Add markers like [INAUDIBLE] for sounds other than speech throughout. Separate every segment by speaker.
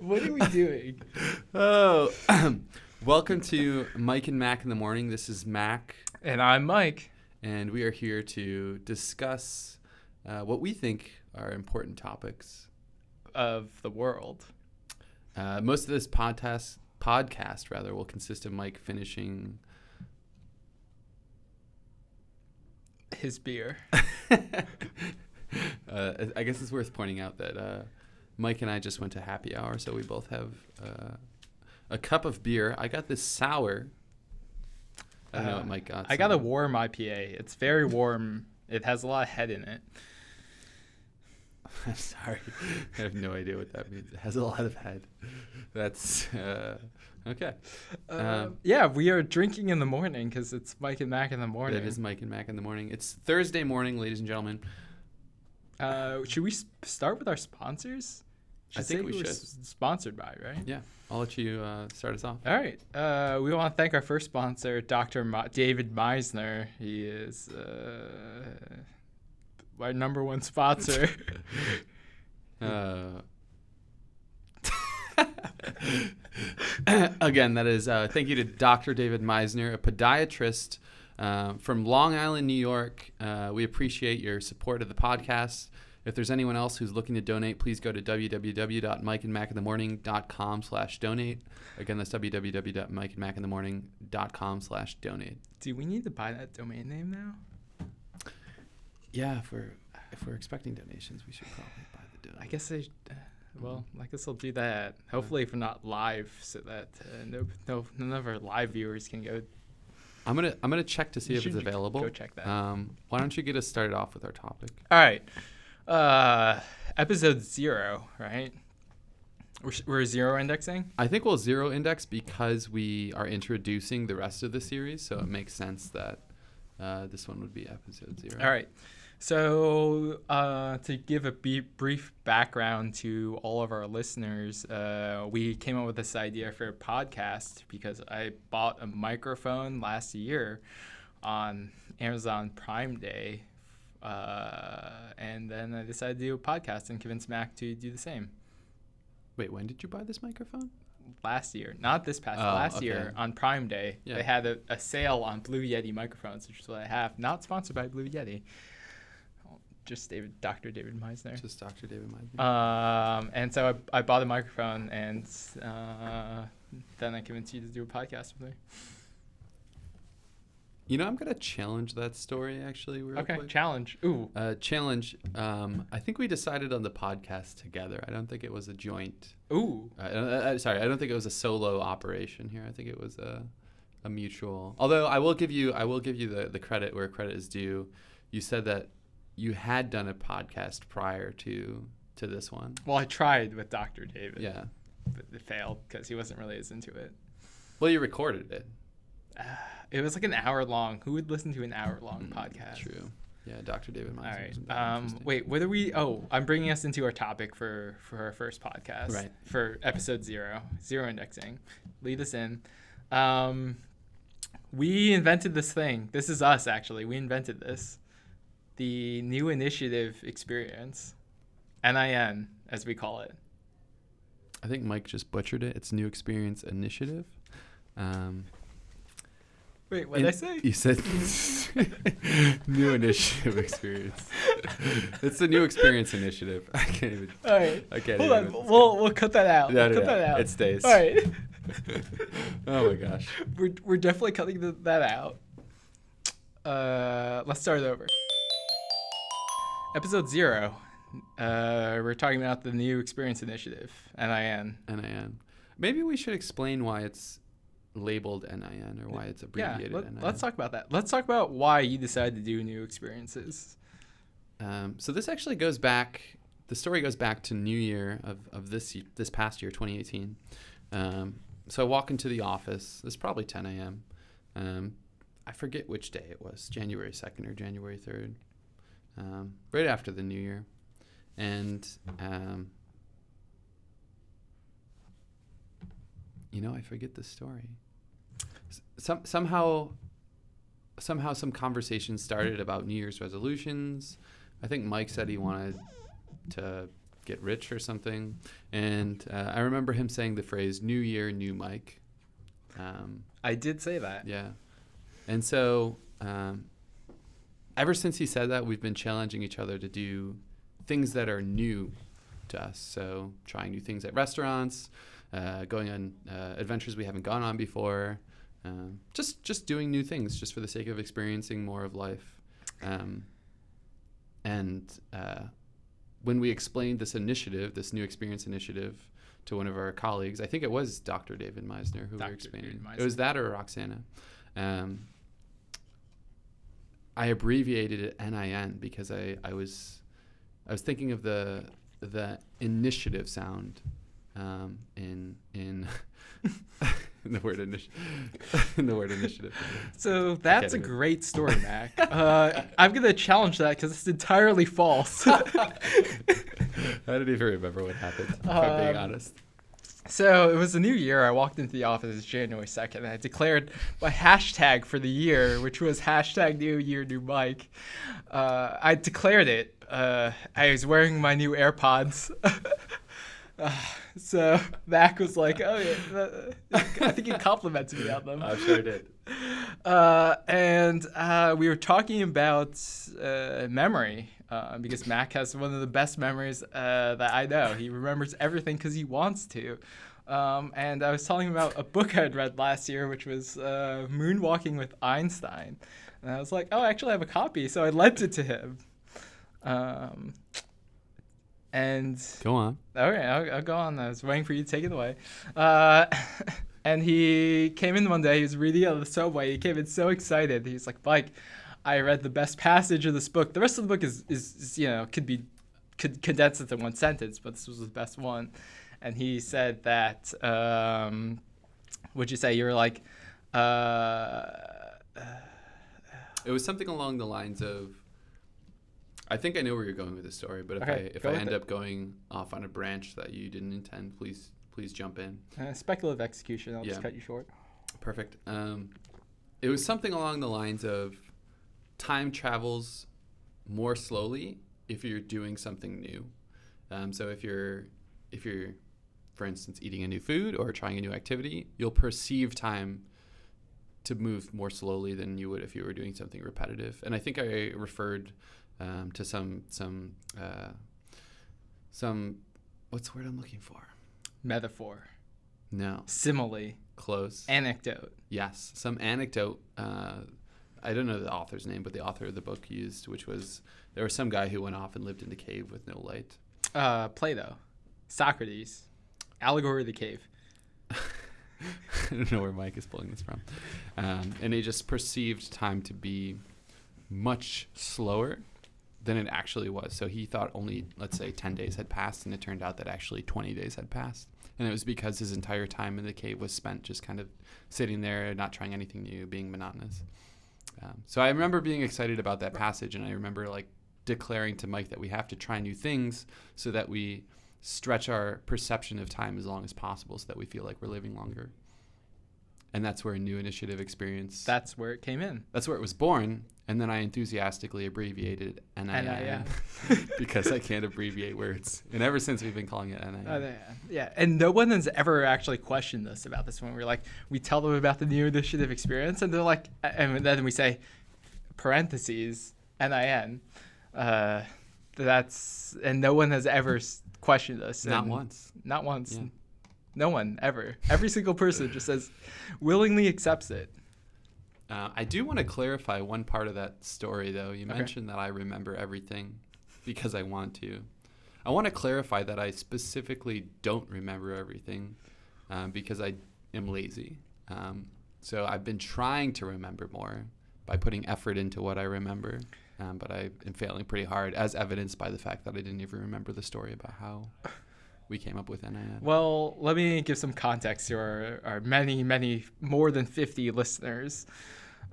Speaker 1: What are we doing?
Speaker 2: Oh, [CLEARS THROAT] welcome to Mike and Mac in the morning. This is Mac,
Speaker 3: [LAUGHS] And I'm Mike.
Speaker 2: and we are here to discuss uh, what we think are important topics.
Speaker 3: Of the world.
Speaker 2: Uh, most of this podcast, podcast rather, will consist of Mike finishing. [LAUGHS]
Speaker 3: His beer.
Speaker 2: Uh, I guess it's worth pointing out that uh, Mike and I just went to happy hour, so we both have uh, a cup of beer. I got this sour. I don't know
Speaker 3: Uh,
Speaker 2: what Mike got.
Speaker 3: I got a
Speaker 2: so-
Speaker 3: warm IPA. It's very warm. It has a lot of head in it.
Speaker 2: [LAUGHS] I'm sorry. I have no idea what that means. It has a lot of head. That's uh, okay.
Speaker 3: Uh,
Speaker 2: Um,
Speaker 3: yeah, we are drinking in the morning because it's Mike and Mac in the morning.
Speaker 2: That is Mike and Mac in the morning. It's Thursday morning, ladies and gentlemen.
Speaker 3: Uh, should we s- start with our sponsors?
Speaker 2: I think
Speaker 3: say
Speaker 2: we
Speaker 3: who we're
Speaker 2: should.
Speaker 3: s- sponsored by, right?
Speaker 2: Yeah, I'll let you uh, start us off.
Speaker 3: All right. Uh, we want to thank our first sponsor, Dr. Ma- David Meisner. He is uh, our number one [LAUGHS] sponsor.
Speaker 2: Uh, [LAUGHS] again, that is uh, thank you to Dr. David Meisner, a podiatrist uh, from Long Island, New York. Uh, we appreciate your support of the podcast. If there's anyone else who's looking to donate, please go to www.mikeandmacinthemorning.com slash donate. Again, that's www.mikeandmacinthemorning.com slash donate.
Speaker 3: Do we need to buy that domain name now?
Speaker 2: Yeah, if we're, if we're expecting donations, we should probably buy the donate.
Speaker 3: I guess I. Uh, well, I guess I'll do that. Hopefully, if we're not live, so that uh, no, no, none of our live viewers can go.
Speaker 2: I'm gonna I'm gonna check to see
Speaker 3: You
Speaker 2: if it's
Speaker 3: should Uh-huh. g-
Speaker 2: available.
Speaker 3: go check that.
Speaker 2: Um, why don't you get us started off with our topic?
Speaker 3: All right, uh, episode zero, right? We're, s- we're zero indexing.
Speaker 2: I think we'll zero index because we are introducing the rest of the series, so it makes sense that uh, this one would be episode zero.
Speaker 3: All right. So, uh, to give a b- brief background to all of our listeners, uh, we came up with this idea for a podcast because I bought a microphone last year on Amazon Prime Day. Uh, and then I decided to do a podcast and convince Mac to do the same
Speaker 2: Wait, when did you buy this microphone?
Speaker 3: last year, not this past,
Speaker 2: Oh,
Speaker 3: last
Speaker 2: okay.
Speaker 3: year on Prime Day.
Speaker 2: Yeah.
Speaker 3: They had a, a sale on Blue Yeti microphones, which is what I have. Not sponsored by Blue Yeti, just David, Dr. David Meisner.
Speaker 2: Just Dr. David Meisner.
Speaker 3: Um, and so I, I bought a microphone, and uh, then I convinced you to do a podcast with me.
Speaker 2: you know, I'm gonna challenge that story actually. Real
Speaker 3: okay,
Speaker 2: quick.
Speaker 3: challenge. Ooh,
Speaker 2: uh, challenge. Um, I think we decided on the podcast together. I don't think it was a joint.
Speaker 3: ooh.
Speaker 2: I, I, I- sorry, I don't think it was a solo operation here. I think it was a, a mutual. Although I will give you, I will give you the, the credit where credit is due. You said that you had done a podcast prior to to this one.
Speaker 3: Well, I tried with Dr. David,
Speaker 2: Yeah.
Speaker 3: but it failed because he wasn't really as into it.
Speaker 2: Well, you recorded it.
Speaker 3: It was like an hour long. Who would listen to an hour long podcast?
Speaker 2: Mm, True. Yeah, Dr. David.
Speaker 3: Mm, All right. Um, wait, what are we? Oh, I'm bringing us into our topic for for our first podcast,
Speaker 2: Right.
Speaker 3: For episode zero, zero indexing. Lead us in. Um, we invented this thing. This is us, actually. We invented this, the new initiative experience, NIN, as we call it.
Speaker 2: I think Mike just butchered it. It's New Experience Initiative. Um,
Speaker 3: Wait, what did I
Speaker 2: in-
Speaker 3: say?
Speaker 2: [LAUGHS] You said [LAUGHS] New
Speaker 3: [LAUGHS]
Speaker 2: Initiative Experience. it's the New Experience Initiative. I can't even.
Speaker 3: All right.
Speaker 2: I can't
Speaker 3: Hold
Speaker 2: even.
Speaker 3: on. We'll we'll cut that out.
Speaker 2: No,
Speaker 3: we'll cut
Speaker 2: no, no.
Speaker 3: that out.
Speaker 2: It stays.
Speaker 3: All right. [LAUGHS]
Speaker 2: Oh my gosh.
Speaker 3: we're, we're definitely cutting th- that out. Uh, let's start it over. Episode zero. Uh, we're talking about the new experience initiative, NIN.
Speaker 2: NIN. Maybe we should explain why it's labeled NIN or why it's
Speaker 3: Yeah,
Speaker 2: abbreviated NIN.
Speaker 3: let, let's talk about that. Let's talk about why you decided to do new experiences.
Speaker 2: Um, so this actually goes back. The story goes back to New Year of, of this y- this past year, 2018. Um, so I walk into the office. It's probably 10 a.m. Um, I forget which day it was, January 2nd or January 3rd, um, right after the New Year, and um, you know I forget the story. S- Some somehow somehow some conversation started about New Year's resolutions. I think Mike said he wanted to get rich or something. And uh, I remember him saying the phrase "New Year, New Mike." Um,
Speaker 3: I did say
Speaker 2: [LAUGHS]
Speaker 3: that.
Speaker 2: yeah, and so um, ever since he said that, we've been challenging each other to do things that are new to us. So trying new things at restaurants, uh, going on uh, adventures we haven't gone on before, um, just just doing new things just for the sake of experiencing more of life. Um, and uh, when we explained this initiative, this new experience initiative, to one of our colleagues, I think it was Dr. David Meisner who we were
Speaker 3: Dr.
Speaker 2: explaining.
Speaker 3: David
Speaker 2: It was that or Roxana. Um, I abbreviated it NIN because I, I was I was thinking of the the initiative sound um, in in [LAUGHS] in the word initiative in the word initiative.
Speaker 3: So that's a
Speaker 2: do it.
Speaker 3: great story, Mac. uh, I'm gonna challenge that because it's entirely false. [LAUGHS]
Speaker 2: I don't even remember what happened. If I'm being
Speaker 3: Um,
Speaker 2: honest.
Speaker 3: So it was the new year. I walked into the office it's January 2nd, and I declared my hashtag for the year, which was hashtag new year, new bike. Uh, I declared it. Uh, I was wearing my new AirPods. [LAUGHS] Uh, so Mac was like, oh, yeah, uh, I think he complimented me on them.
Speaker 2: sure did.
Speaker 3: Uh, and uh, we were talking about uh, memory uh, because Mac has one of the best memories uh, that I know. He remembers everything because he wants to. Um, and I was telling him about a book I'd read last year, which was uh, Moonwalking with Einstein. And I was like, oh, I actually have a copy. So I lent it to him. Um, and
Speaker 2: Go on.
Speaker 3: all right, I'll, I'll go on. I was waiting for you to take it away. Uh, [LAUGHS] and he came in one day. He was reading on the subway. He came in so excited. He's like, "Mike, I read the best passage of this book. The rest of the book is, is, is you know could be could condense into one sentence, but this was the best one." And he said that. Um, would you say you were like? Uh,
Speaker 2: It was something along the lines of. I think I know where you're going with this story, but if
Speaker 3: Okay,
Speaker 2: I if
Speaker 3: go
Speaker 2: I
Speaker 3: with
Speaker 2: end
Speaker 3: it.
Speaker 2: up going off on a branch that you didn't intend, please please jump in.
Speaker 3: uh, speculative execution. I'll
Speaker 2: Yeah.
Speaker 3: just cut you short.
Speaker 2: Perfect. Um, it was something along the lines of time travels more slowly if you're doing something new. Um, so if you're if you're for instance eating a new food or trying a new activity, you'll perceive time to move more slowly than you would if you were doing something repetitive. And I think I referred um, to some some uh, some what's the word I'm looking for?
Speaker 3: Metaphor,
Speaker 2: No,
Speaker 3: simile,
Speaker 2: close.
Speaker 3: anecdote.
Speaker 2: Yes, some anecdote. Uh, I don't know the author's name, but the author of the book used, which was there was some guy who went off and lived in a cave with no light. [LAUGHS]
Speaker 3: uh, Plato, Socrates, Allegory of the Cave.
Speaker 2: I don't know where Mike is pulling this from. Um, and he just perceived time to be much slower than it actually was. So he thought only, let's say, 10 days had passed, and it turned out that actually 20 days had passed. And it was because his entire time in the cave was spent just kind of sitting there, not trying anything new, being monotonous. Um, so I remember being excited about that passage, and I remember like declaring to Mike that we have to try new things so that we stretch our perception of time as long as possible so that we feel like we're living longer. And that's where a new initiative experience
Speaker 3: That's where it came in.
Speaker 2: that's where it was born, and then I enthusiastically abbreviated NIN
Speaker 3: NIN.
Speaker 2: [LAUGHS] because I can't abbreviate words. And ever since we've been calling it NIN.
Speaker 3: Oh, yeah. yeah, and no one has ever actually questioned us about this one. We're like, we tell them about the new initiative experience, and they're like, and then we say, parentheses, NIN. Uh, that's, and no one has ever s- questioned us.
Speaker 2: Not
Speaker 3: and-
Speaker 2: once.
Speaker 3: Not once.
Speaker 2: Yeah.
Speaker 3: No one ever. Every single person just says, willingly accepts it.
Speaker 2: Uh, I do want to clarify one part of that story, though. You mentioned that I remember everything because I want to. I want to clarify that I specifically don't remember everything um, because I am lazy. Um, so I've been trying to remember more by putting effort into what I remember, um, but I am failing pretty hard, as evidenced by the fact that I didn't even remember the story about how we came up with NIN.
Speaker 3: Well, let me give some context to our, our many, many more than 50 listeners.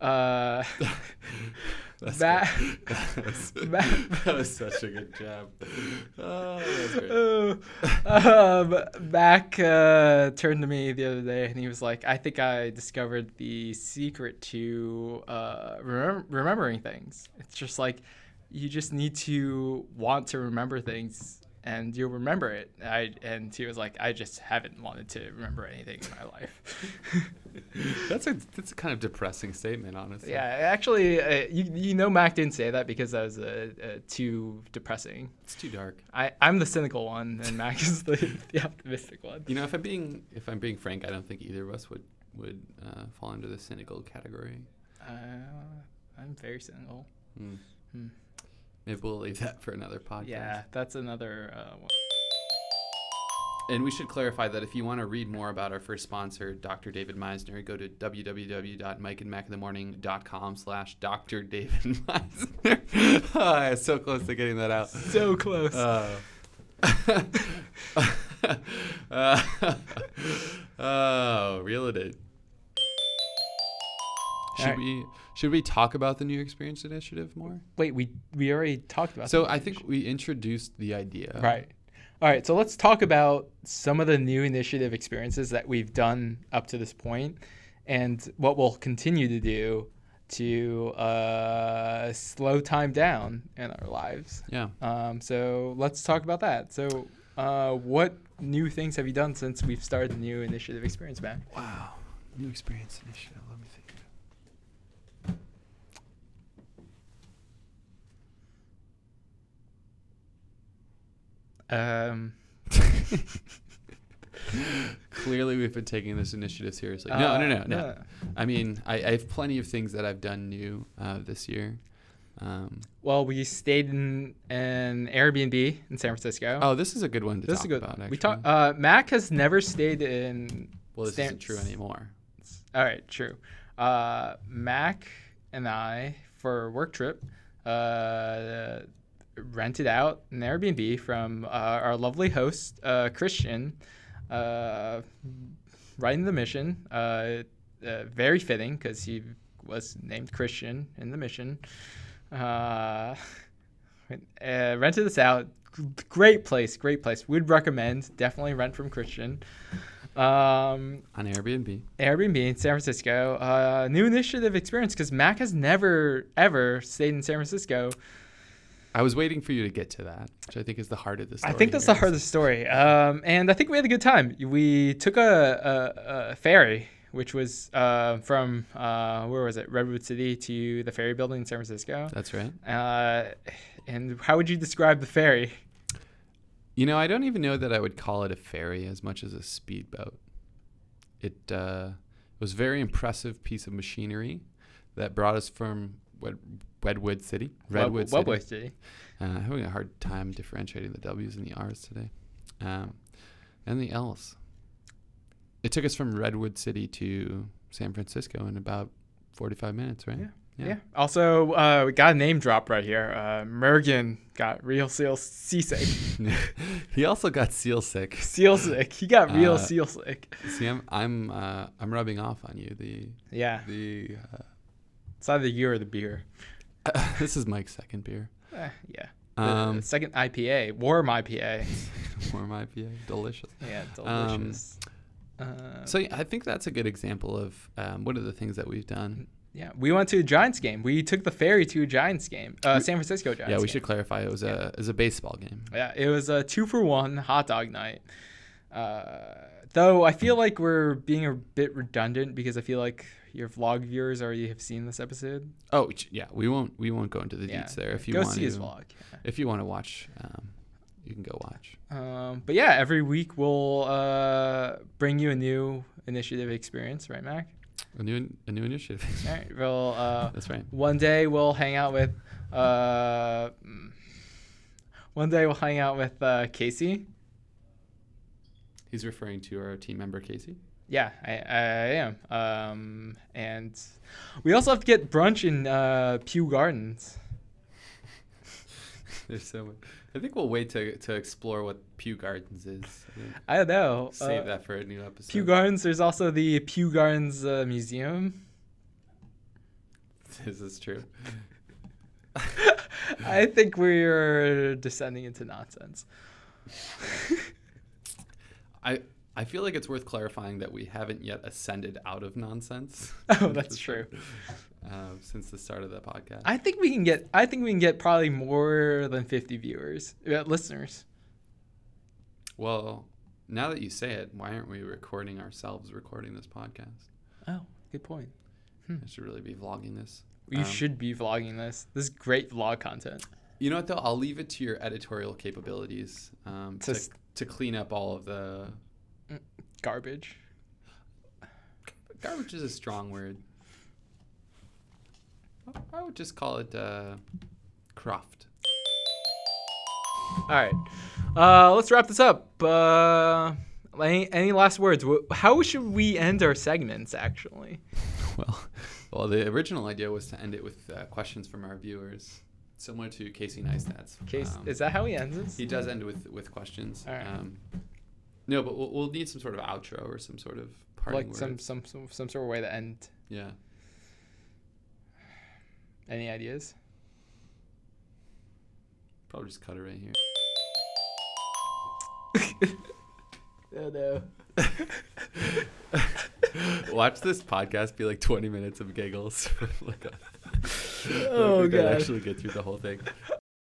Speaker 3: Uh, [LAUGHS] Matt, [LAUGHS]
Speaker 2: [LAUGHS]
Speaker 3: Matt-
Speaker 2: that was such a good job. Oh, that's great.
Speaker 3: um, Mac uh, turned to me the other day and he was like, I think I discovered the secret to uh, remem- remembering things. It's just like you just need to want to remember things and you'll remember it. I and he was like, I just haven't wanted to remember anything in my life. [LAUGHS]
Speaker 2: That's a that's a kind of depressing statement, honestly.
Speaker 3: yeah, actually, uh, you you know Mac didn't say that because that was uh, uh, too depressing.
Speaker 2: It's too dark.
Speaker 3: I I'm the cynical one, and Mac is the, [LAUGHS] the optimistic one.
Speaker 2: You know, if I'm being if I'm being frank, I don't think either of us would would uh, fall into the cynical category.
Speaker 3: Uh, I'm very cynical.
Speaker 2: Hmm.
Speaker 3: Hmm.
Speaker 2: Maybe we'll leave that for another podcast.
Speaker 3: Yeah, that's another uh, one.
Speaker 2: And we should clarify that if you want to read more about our first sponsor, Dr. David Meisner, go to www.mikeandmackinthemorning.com slash Dr. David Meisner. [LAUGHS] Ah, so close to getting that
Speaker 3: [LAUGHS]
Speaker 2: out.
Speaker 3: so close.
Speaker 2: Uh, [LAUGHS] uh, oh, reel it in. Should
Speaker 3: Alright.
Speaker 2: we should we talk about the New York Experience Initiative more?
Speaker 3: Wait, we we already talked about.
Speaker 2: So
Speaker 3: that.
Speaker 2: I think we uh, introduced the idea.
Speaker 3: Right. All right. So let's talk about some of the new initiative experiences that we've done up to this point and what we'll continue to do to uh, slow time down in our lives.
Speaker 2: Yeah.
Speaker 3: Um, so let's talk about that. So, uh, what new things have you done since we've started the new initiative experience, Matt?
Speaker 2: Wow. New Experience Initiative. Let me think.
Speaker 3: Um,
Speaker 2: Clearly, we've been taking this initiative seriously. No, no,
Speaker 3: Uh,
Speaker 2: no, no. I mean, I, I have plenty of things that I've done new uh, this year. Um,
Speaker 3: Well, we stayed in an Airbnb in San Francisco.
Speaker 2: oh, this is a good one to
Speaker 3: this
Speaker 2: talk
Speaker 3: is good.
Speaker 2: about. Actually.
Speaker 3: we talk. Uh, Mac has never stayed in.
Speaker 2: well, this
Speaker 3: Stan-
Speaker 2: isn't true anymore.
Speaker 3: All right, true. Uh, Mac and I for work trip uh, rented out an Airbnb from uh, our lovely host uh, Christian, uh, right in the mission. Uh, uh, very fitting because he was named Christian in the mission. Uh, [LAUGHS] uh, rented this out. G- Great place, great place. Would recommend. Definitely rent from Christian. Um,
Speaker 2: On Airbnb.
Speaker 3: Airbnb in San Francisco. Uh, new initiative experience because Mac has never ever stayed in San Francisco.
Speaker 2: I was waiting for you to get to that, which I think is the heart of the story.
Speaker 3: I think that's
Speaker 2: here.
Speaker 3: the hardest story. Um, and I think we had a good time. We took a, a, a ferry, which was uh, from uh, where was it, Redwood City to the ferry building in San Francisco.
Speaker 2: That's right.
Speaker 3: Uh, and how would you describe the ferry?
Speaker 2: You know, I don't even know that I would call it a ferry as much as a speedboat. It uh, was a very impressive piece of machinery that brought us from Red- Redwood City. Redwood
Speaker 3: Web-
Speaker 2: City.
Speaker 3: Webwood City.
Speaker 2: Uh, I'm having a hard time differentiating the W's and the R's today. Um, and the L's. It took us from Redwood City to San Francisco in about 45 minutes, right?
Speaker 3: Yeah.
Speaker 2: Yeah.
Speaker 3: Yeah. Also, uh, we got a name drop right here. Uh, Mergen got real seal seasick. [LAUGHS]
Speaker 2: [LAUGHS] he also got seal sick.
Speaker 3: seal sick. He got real
Speaker 2: Uh,
Speaker 3: seal sick.
Speaker 2: See, I'm I'm uh, I'm rubbing off on you. The
Speaker 3: Yeah.
Speaker 2: the
Speaker 3: It's either you or the beer.
Speaker 2: uh, [LAUGHS] this is Mike's
Speaker 3: [LAUGHS]
Speaker 2: second beer.
Speaker 3: Eh, yeah. The
Speaker 2: Um,
Speaker 3: second IPA, warm IPA.
Speaker 2: [LAUGHS] warm IPA, delicious. [LAUGHS]
Speaker 3: Yeah,
Speaker 2: Um,
Speaker 3: delicious. uh,
Speaker 2: So yeah, I think that's a good example of um, one of the things that we've done.
Speaker 3: yeah, we went to a Giants game. We took the ferry to a Giants game, uh, San Francisco Giants.
Speaker 2: yeah, we
Speaker 3: game.
Speaker 2: should clarify. It was a it was a baseball game.
Speaker 3: Yeah, it was a two for one hot dog night. Uh, though I feel like we're being a bit redundant because I feel like your vlog viewers already have seen this episode.
Speaker 2: Oh which- yeah, we won't we won't go into the
Speaker 3: Yeah,
Speaker 2: deets there. If you
Speaker 3: go
Speaker 2: want
Speaker 3: see
Speaker 2: to,
Speaker 3: his vlog. yeah.
Speaker 2: if you want to watch, um, you can go watch.
Speaker 3: Um, but yeah, every week we'll uh, bring you a new initiative experience, right, Mac?
Speaker 2: A new a new initiative.
Speaker 3: All right, we'll uh,
Speaker 2: [LAUGHS] that's right.
Speaker 3: one day we'll hang out with uh, mm, one day we'll hang out with uh, Casey.
Speaker 2: He's referring to our team member Casey. [LAUGHS]
Speaker 3: Yeah, I, I am. Um, and we also have to get brunch in uh, Pew Gardens.
Speaker 2: There's so much. I think we'll wait to to explore what Pew Gardens is. I think
Speaker 3: I don't know.
Speaker 2: Save
Speaker 3: uh,
Speaker 2: that for a new episode.
Speaker 3: Pew Gardens. There's also the Pew Gardens uh,
Speaker 2: [LAUGHS]
Speaker 3: Museum.
Speaker 2: This [LAUGHS] is true.
Speaker 3: I think we're descending into nonsense. [LAUGHS]
Speaker 2: I I feel like it's worth clarifying that we haven't yet ascended out of nonsense.
Speaker 3: [LAUGHS] Oh,
Speaker 2: which
Speaker 3: that's
Speaker 2: is,
Speaker 3: true.
Speaker 2: Um, since the start of the podcast.
Speaker 3: I think we can get. I think we can get probably more than fifty viewers, uh, listeners.
Speaker 2: Well, now that you say it, why aren't we recording ourselves recording this podcast?
Speaker 3: Oh, good point. Hmm.
Speaker 2: I should really be vlogging this.
Speaker 3: You
Speaker 2: Um,
Speaker 3: should be vlogging this. This is great vlog content.
Speaker 2: You know what though? I'll leave it to your editorial capabilities um,
Speaker 3: To
Speaker 2: to
Speaker 3: s-
Speaker 2: to clean up all of the
Speaker 3: Garbage.
Speaker 2: garbage is a strong word. I- I would just call it uh, craft.
Speaker 3: All right. Uh, let's wrap this up. Uh, any, any last words? Wh- How should we end our segments, actually?
Speaker 2: Well, well, the original idea was to end it with uh, questions from our viewers, similar to Casey Neistat's.
Speaker 3: Case,
Speaker 2: um,
Speaker 3: is that how he ends this?
Speaker 2: He does end with with questions.
Speaker 3: All right.
Speaker 2: Um, no, but we'll, we'll need some sort of outro or some sort of parting
Speaker 3: like
Speaker 2: word.
Speaker 3: some, some some some sort of way to end.
Speaker 2: yeah.
Speaker 3: Any ideas?
Speaker 2: Probably just cut it right here.
Speaker 1: Oh no.
Speaker 3: [LAUGHS]
Speaker 2: Watch this podcast be like 20 minutes of giggles. [LAUGHS] like,
Speaker 1: Oh,
Speaker 2: we could
Speaker 1: God.
Speaker 3: Oh,
Speaker 2: actually get through the whole thing.